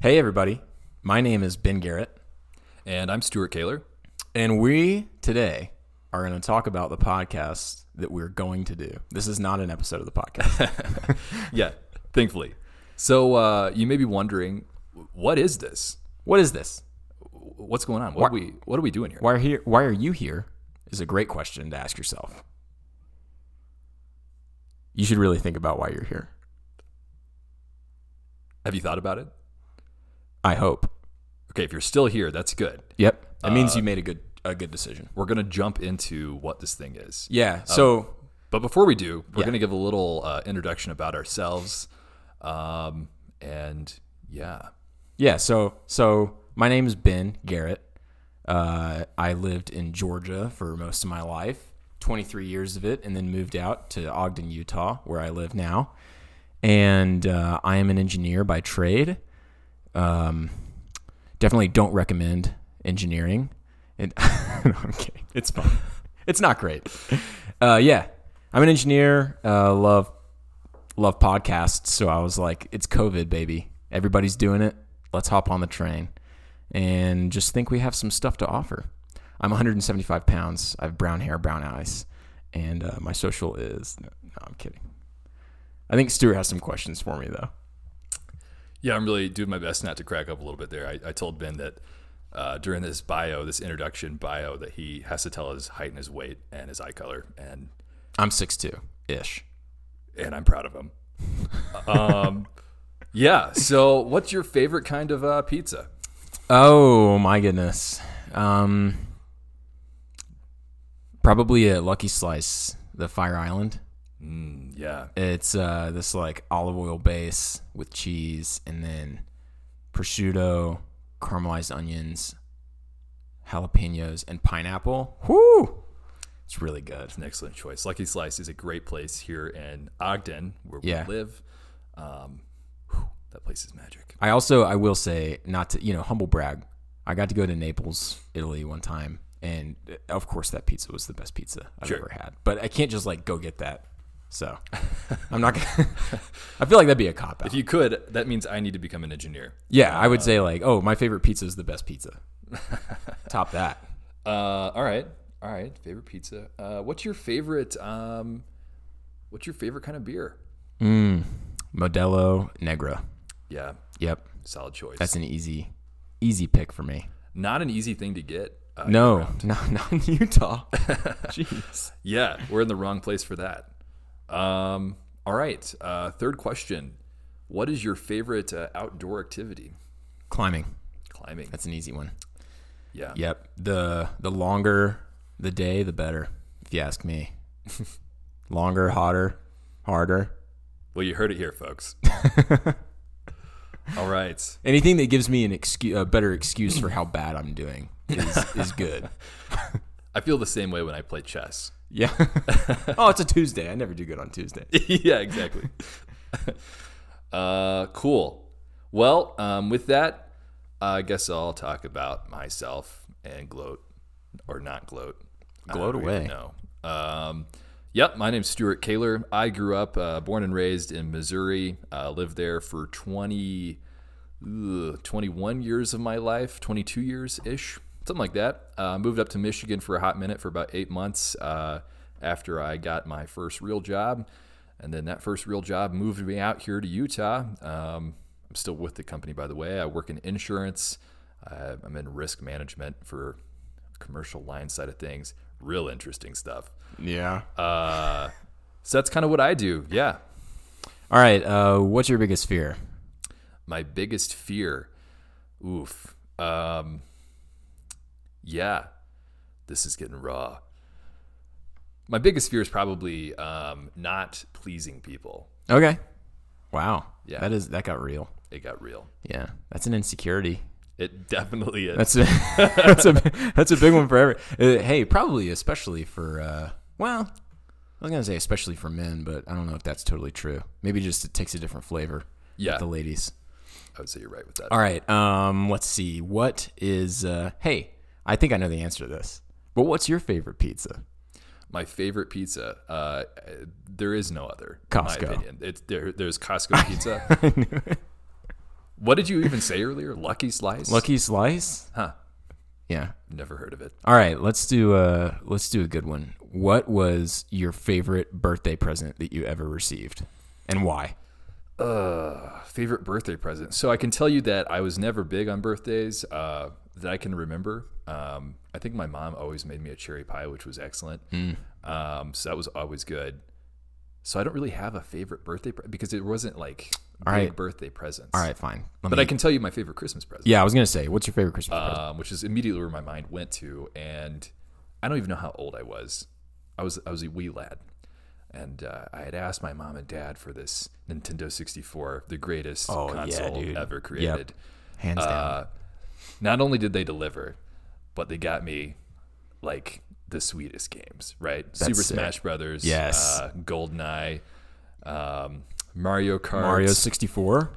Hey, everybody. My name is Ben Garrett, And I'm Stuart Kaler. and we today are going to talk about the podcast that we're going to do. This is not an episode of the podcast. Yeah, thankfully. So uh, you may be wondering, what is this? what is this? What's going on? What are we What are we doing here? Why are here? Why are you here? Is a great question to ask yourself. You should really think about why you're here. Have you thought about it? I hope. Okay, if you're still here, that's good. Yep. That means you made a good a good decision. We're gonna jump into what this thing is. Yeah. So But before we do, we're Yeah. gonna give a little uh, introduction about ourselves. Um, and yeah, Yeah, so so my name is Ben Garrett. Uh, I lived in Georgia for most of my life, 23 years of it, and then moved out to Ogden, Utah, where I live now. And uh, I am an engineer by trade. Um, definitely don't recommend engineering. And no, I'm kidding. It's fun. It's not great. Uh, yeah, I'm an engineer. Uh, love love podcasts, so I was like, it's COVID, baby. Everybody's doing it. Let's hop on the train and just think we have some stuff to offer. I'm 175 pounds. I have brown hair, brown eyes, and uh, my social is. No, no, I'm kidding. I think Stuart has some questions for me though. yeah, I'm really doing my best not to crack up a little bit there. I, I told Ben that uh, during this bio, this introduction bio, that he has to tell his height and his weight and his eye color, and I'm 6'2 ish. and I'm proud of him. um, yeah. So, what's your favorite kind of uh, pizza? Oh my goodness. Um, probably a Lucky Slice, the Fire Island. Hmm, Mm, yeah, It's uh, this like olive oil base with cheese and then prosciutto, caramelized onions, jalapenos, and pineapple. Whoo! It's really good. it's an excellent choice. Lucky Slice is a great place here in Ogden, where Yeah. we live. Um, whew, that place is magic. I also, I will say, not to, you know, humble brag, I got to go to Naples, Italy one time. And uh, of course, that pizza was the best pizza I've Sure. ever had. But I can't just like go get that. So I'm not gonna. I feel like that'd be a cop out. If you could, that means I need to become an engineer. yeah, I would say like, oh, my favorite pizza is the best pizza. Top that. Uh, all right, all right. Favorite pizza. Uh, what's your favorite? Um, what's your favorite kind of beer? Mm. Modelo Negra. Yeah, Yep, solid choice. that's an easy, easy pick for me. Not an easy thing to get. Uh, No, not not in Utah. Jeez. Yeah, we're in the wrong place for that. Um, all right. Uh, third question: What is your favorite uh, outdoor activity? Climbing. Climbing. That's an easy one. Yeah. Yep. The the longer the day, the better. If you ask me. longer, hotter, harder. Well, you heard it here, folks. all right. Anything that gives me an excuse, a better excuse for how bad I'm doing is, is good. I feel the same way when I play chess. Yeah. oh, it's a Tuesday. I never do good on Tuesday. yeah, exactly. uh, cool. Well, um, with that, I guess I'll talk about myself and gloat or not gloat. Gloat away. No. Um, yep. My name's Stuart Kaler. I grew up, uh, born and raised in Missouri. Uh, lived there for 20, ugh, 21 years of my life, 22 years ish, something like that. Uh, moved up to Michigan for a hot minute for about eight months uh, after I got my first real job. And then that first real job moved me out here to Utah. Um, I'm still with the company, by the way. I work in insurance, uh, I'm in risk management for commercial line side of things. Real interesting stuff. Yeah. Uh, so that's kind of what I do. Yeah. All right. Uh, what's your biggest fear? my biggest fear oof um yeah this is getting raw my biggest fear is probably um not pleasing people Okay. Wow. Yeah. That is that got real. it got real Yeah. That's an insecurity. it definitely is That's a that's a that's a big one for every. Uh, hey, probably especially for uh, well, I was gonna say especially for men, but I don't know if that's totally true. Maybe just it takes a different flavor. Yeah. With the ladies. i would say you're right with that All right. Um. Let's see. What is? Uh, hey, I think I know the answer to this. But what's your favorite pizza? my favorite pizza uh there is no other in Costco. my opinion it's there there's costco pizza What did you even say earlier? Lucky Slice? Lucky Slice? Huh. Yeah. Never heard of it. All right, let's do a let's do a good one. What was your favorite birthday present that you ever received, and why? Uh, favorite birthday present. So I can tell you that I was never big on birthdays uh, that I can remember. Um, I think my mom always made me a cherry pie, which was excellent. Hmm. Um, so that was always good. So I don't really have a favorite birthday pre- because it wasn't like big right. birthday presents. All right, fine. Let But me- I can tell you my favorite Christmas present, Yeah, I was gonna say, what's your favorite Christmas present? um, which is immediately where my mind went to, and I don't even know how old I was. I was I was a wee lad, and uh, I had asked my mom and dad for this Nintendo 64, the greatest Oh, yeah, console dude. ever Yep. created. Hands down. Uh, not only did they deliver, but they got me like the sweetest games, right? Super sick. Smash Brothers, Yes. uh, GoldenEye, um, Mario Kart, Mario sixty four.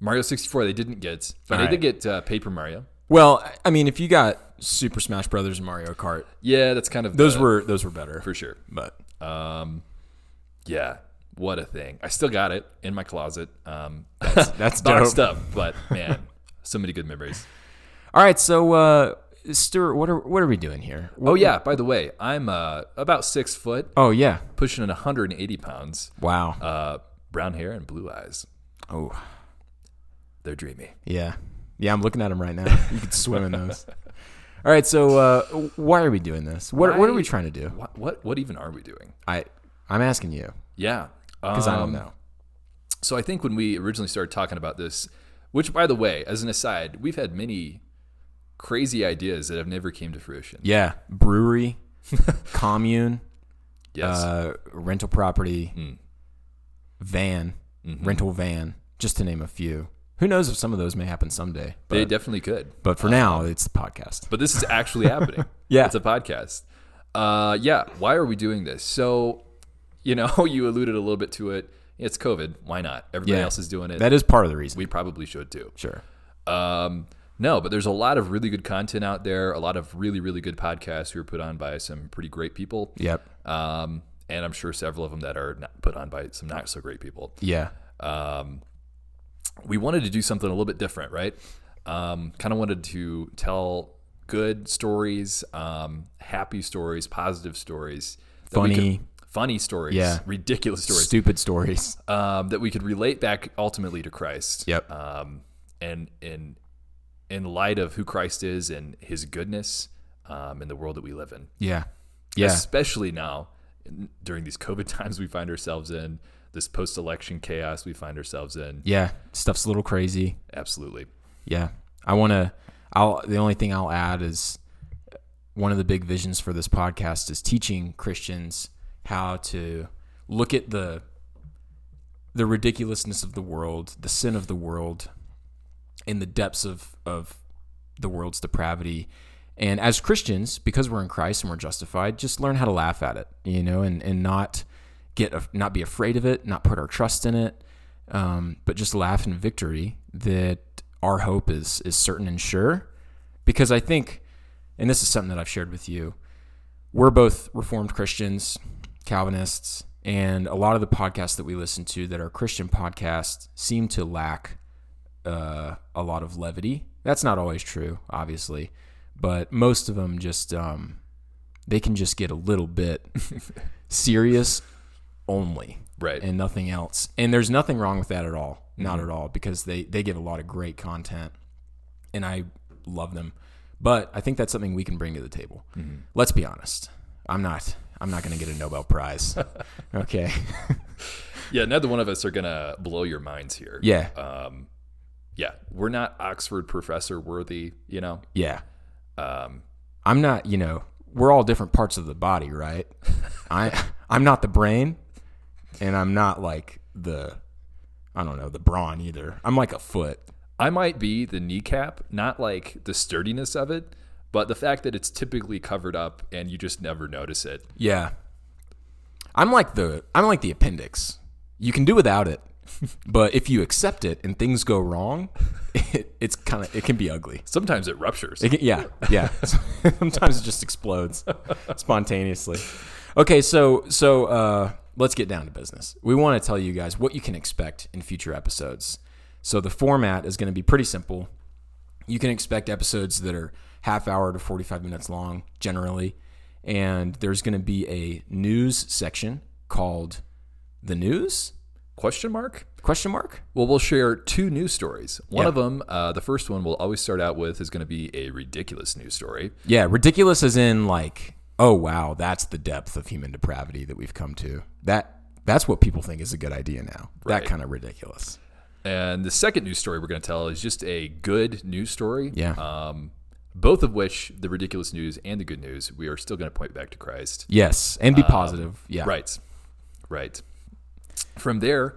Mario 64. They didn't get, but All I did get uh, Paper Mario. Well, I mean, if you got Super Smash Brothers and Mario Kart, Yeah, that's kind of those the- were those were better. for sure. but Yeah, what a thing! I still got it in my closet, um, that's dope. boxed up, but man, so many good memories. All right, so uh, Stuart, what are what are we doing here? Oh yeah, by the way, I'm uh, about six foot, Oh yeah, pushing on 180 pounds, wow. uh, brown hair and blue eyes. oh They're dreamy. yeah, yeah. I'm looking at them right now. You could swim in those. All right, so uh, why are we doing this? What what are we Why- trying to do? What what, what even are we doing? I I'm asking you Yeah, because I don't um, know. So I think when we originally started talking about this, which by the way, as an aside, we've had many crazy ideas that have never came to fruition. Yeah, brewery, commune, Yes. uh, rental property, Hmm. van, Mm-hmm. rental van, just to name a few. Who knows if some of those may happen someday? But they uh, definitely could. but for now, it's the podcast. But this is actually happening. Yeah. It's a podcast. Uh, yeah. Why are we doing this? So, you know, you alluded a little bit to it. It's COVID. Why not? Everybody Yeah. else is doing it. That is part of the reason. we probably should too. sure. Um, no, but there's a lot of really good content out there, a lot of really, really good podcasts who are put on by some pretty great people. Yep. Um, and I'm sure several of them that are not put on by some not so great people. Yeah. Um, we wanted to do something a little bit different, right? Um, kind of wanted to tell good stories, um, happy stories, positive stories, that we Funny. could- funny stories, Yeah. ridiculous stories Stupid stories. um, that we could relate back ultimately to Christ. Yep. Um, and in in light of who Christ is and His goodness um, in the world that we live in, Yeah. Yeah. especially now n- during these COVID times we find ourselves in, this post election chaos we find ourselves in. Yeah. Stuff's a little crazy. Absolutely. Yeah. I want to I'll the only thing I'll add is one of the big visions for this podcast is teaching Christians how to look at the the ridiculousness of the world, the sin of the world, in the depths of of the world's depravity. And as Christians, because we're in Christ and we're justified, just learn how to laugh at it, you know, and and not get af- not be afraid of it, not put our trust in it, um, but just laugh in victory that our hope is is certain and sure. Because I think, and this is something that I've shared with you, we're both Reformed Christians, Calvinists, and a lot of the podcasts that we listen to that are Christian podcasts seem to lack uh, a lot of levity. That's not always true, obviously, but most of them just um, they can just get a little bit serious only Right. and nothing else. And there's nothing wrong with that at all, not at all, because they they give a lot of great content, and I love them. But I think that's something we can bring to the table. Let's be honest. I'm not. I'm not going to get a Nobel Prize. okay. yeah. Neither one of us are gonna blow your minds here. Yeah. Um, yeah. We're not Oxford professor worthy. You know. Yeah. Um, I'm not, you know, we're all different parts of the body, right? I I'm not the brain and I'm not like the I don't know, the brawn either. I'm like a foot. I might be the kneecap, not like the sturdiness of it, but the fact that it's typically covered up and you just never notice it. Yeah. I'm like the I'm like the appendix. You can do without it. But if you accept it and things go wrong, it, it's kind of it can be ugly. Sometimes it ruptures. It can- yeah, yeah. Sometimes it just explodes spontaneously. Okay, so so uh, let's get down to business. We want to tell you guys what you can expect in future episodes. So the format is going to be pretty simple. You can expect episodes that are half hour to 45 minutes long generally. And there's going to be a news section called the news Question mark? question mark Well, we'll share two news stories. One Yeah. of them, uh, the first one we'll always start out with, is going to be a ridiculous news story. yeah ridiculous as in like oh wow that's the depth of human depravity that we've come to that that's what people think is a good idea now Right. that kind of ridiculous And the second news story we're going to tell is just a good news story. Yeah. Um, both of which, the ridiculous news and the good news, we are still going to point back to Christ. yes and be positive yeah um, Right. Right. From there,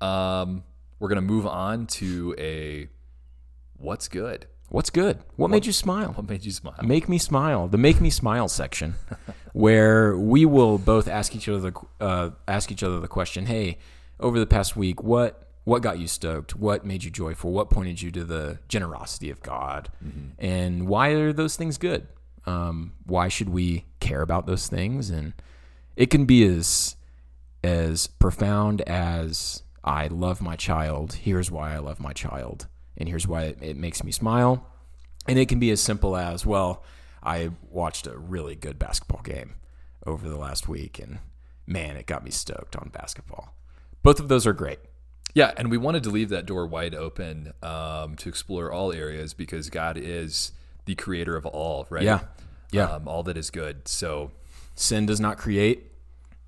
um, we're going to move on to a what's good? what's good what made you smile What made you smile? Make Me Smile, the Make Me Smile section, where we will both ask each other the uh, ask each other the question, "Hey, over the past week, what what got you stoked? What made you joyful? What pointed you to the generosity of God? And why are those things good? Um, why should we care about those things? And it can be as as profound as I love my child. Here's why I love my child, and here's why it, it makes me smile. And it can be as simple as, well, I watched a really good basketball game over the last week, and man, it got me stoked on basketball. Both of those are great. Yeah, and we wanted to leave that door wide open um, to explore all areas because God is the creator of all, right? Yeah. Yeah. Um, all that is good. So Sin does not create,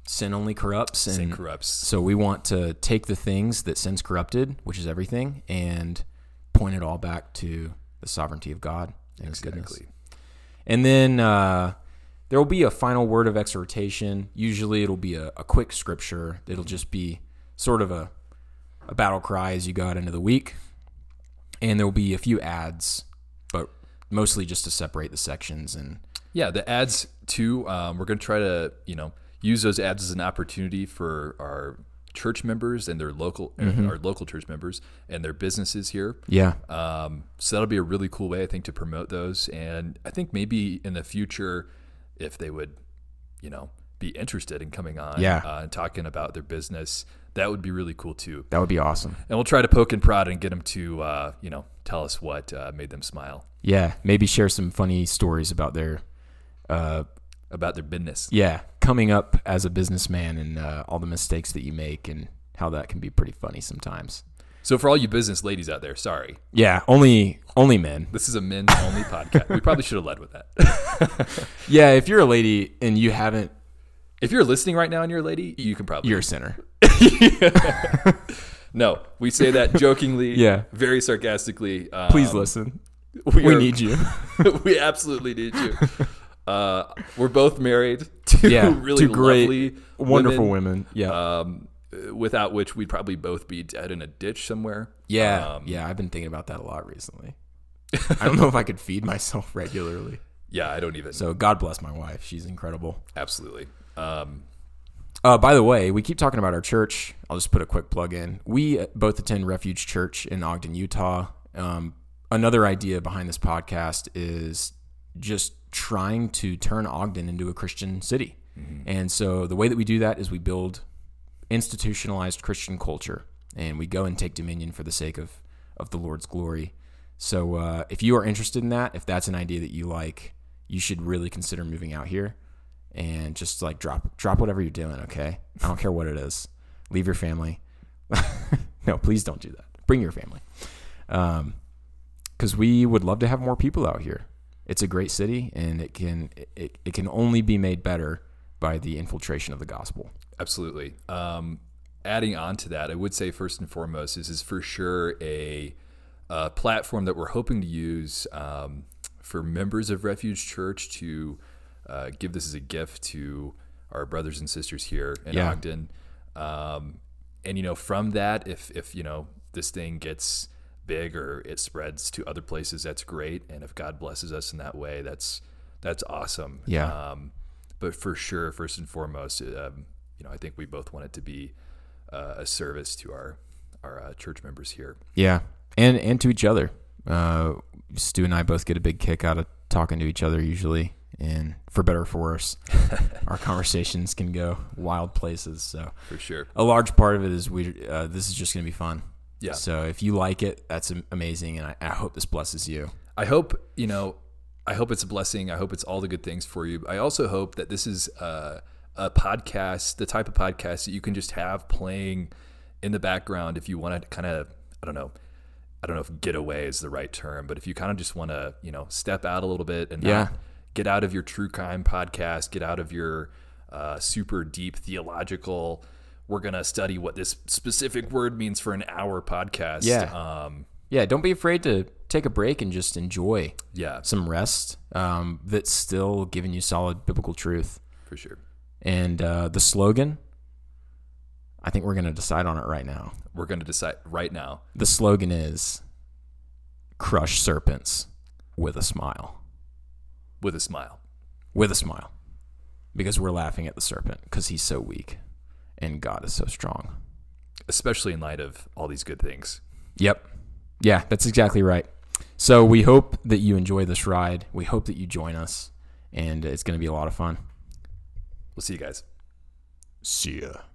sin only corrupts. And sin corrupts. So we want to take the things that sin's corrupted, which is everything, and point it all back to the sovereignty of God and his goodness. Exactly. And then uh, there will be a final word of exhortation. Usually it'll be a, a quick scripture. It'll just be sort of a, a battle cry as you go out into the week. And there will be a few ads, but mostly just to separate the sections. And Yeah, the ads too. Um, we're going to try to you know use those ads as an opportunity for our church members and their local Mm-hmm. our local church members and their businesses here. yeah, Um, so that'll be a really cool way, I think, to promote those. And I think maybe in the future, if they would, you know, be interested in coming on Yeah. uh, and talking about their business, that would be really cool too. that would be awesome. And we'll try to poke and prod and get them to, uh, you know, tell us what uh, made them smile Yeah, maybe share some funny stories about their uh, about their business. yeah, coming up as a businessman and uh, all the mistakes that you make and how that can be pretty funny sometimes. So for all you business ladies out there, sorry, Yeah, only only men. this is a men's only podcast. We probably should have led with that. Yeah, if you're a lady and you haven't, If you're listening right now and you're a lady, you can probably you're a sinner. no. We say that jokingly, Yeah. very sarcastically. Um, Please listen. we, We are- need you. we absolutely need you. Uh, we're both married to Yeah, really two great, lovely, Wonderful women. Yeah. Um, without which we'd probably both be dead in a ditch somewhere. yeah. Um, yeah, I've been thinking about that a lot recently. I don't know if I could feed myself regularly. yeah, I don't even. So God bless my wife. She's incredible. absolutely. Um, Uh, by the way, we keep talking about our church. I'll just put a quick plug in. We uh, both attend Refuge Church in Ogden, Utah. Um, another idea behind this podcast is just trying to turn Ogden into a Christian city. And so the way that we do that is we build institutionalized Christian culture and we go and take dominion for the sake of, of the Lord's glory. So uh, if you are interested in that, if that's an idea that you like, you should really consider moving out here and just like drop drop whatever you're doing, okay? I don't care what it is. Leave your family. no, please don't do that. Bring your family. Um cuz we would love to have more people out here. It's a great city and it can it, it can only be made better by the infiltration of the gospel. Absolutely. Um, adding on to that, I would say first and foremost, this is for sure a, uh platform that we're hoping to use um, for members of Refuge Church to uh, give this as a gift to our brothers and sisters here in Yeah. Ogden. Um, and you know, from that, if if you know this thing gets big or it spreads to other places, that's great. And if God blesses us in that way, that's that's awesome. Yeah. Um, but for sure, first and foremost, um, you know, I think we both want it to be uh, a service to our our uh, church members here. Yeah, and and to each other. Uh, Stu and I both get a big kick out of talking to each other usually, and for better or for worse, our conversations can go wild places. So For sure. a large part of it is we. Uh, this is just gonna be fun. Yeah. So if you like it, that's am- amazing, and I, I hope this blesses you. I hope you know. I hope it's a blessing. I hope it's all the good things for you. I also hope that this is uh, a podcast, the type of podcast that you can just have playing in the background if you want to kind of, I don't know, I don't know if get away is the right term, but if you kind of just want to, you know, step out a little bit and not Yeah. get out of your true crime podcast, get out of your uh, super deep theological. We're gonna study what this specific word means for an hour podcast. Yeah. um, Yeah, don't be afraid to take a break and just enjoy yeah, some rest um, that's still giving you solid biblical truth. for sure. And uh, the slogan, I think we're going to decide on it right now. We're gonna decide right now. The slogan is crush serpents with a smile. with a smile. With a smile. Because we're laughing at the serpent because he's so weak and God is so strong. Especially in light of all these good things. Yep. Yeah, that's exactly right. So we hope that you enjoy this ride. We hope that you join us, and it's going to be a lot of fun. We'll see you guys. See ya.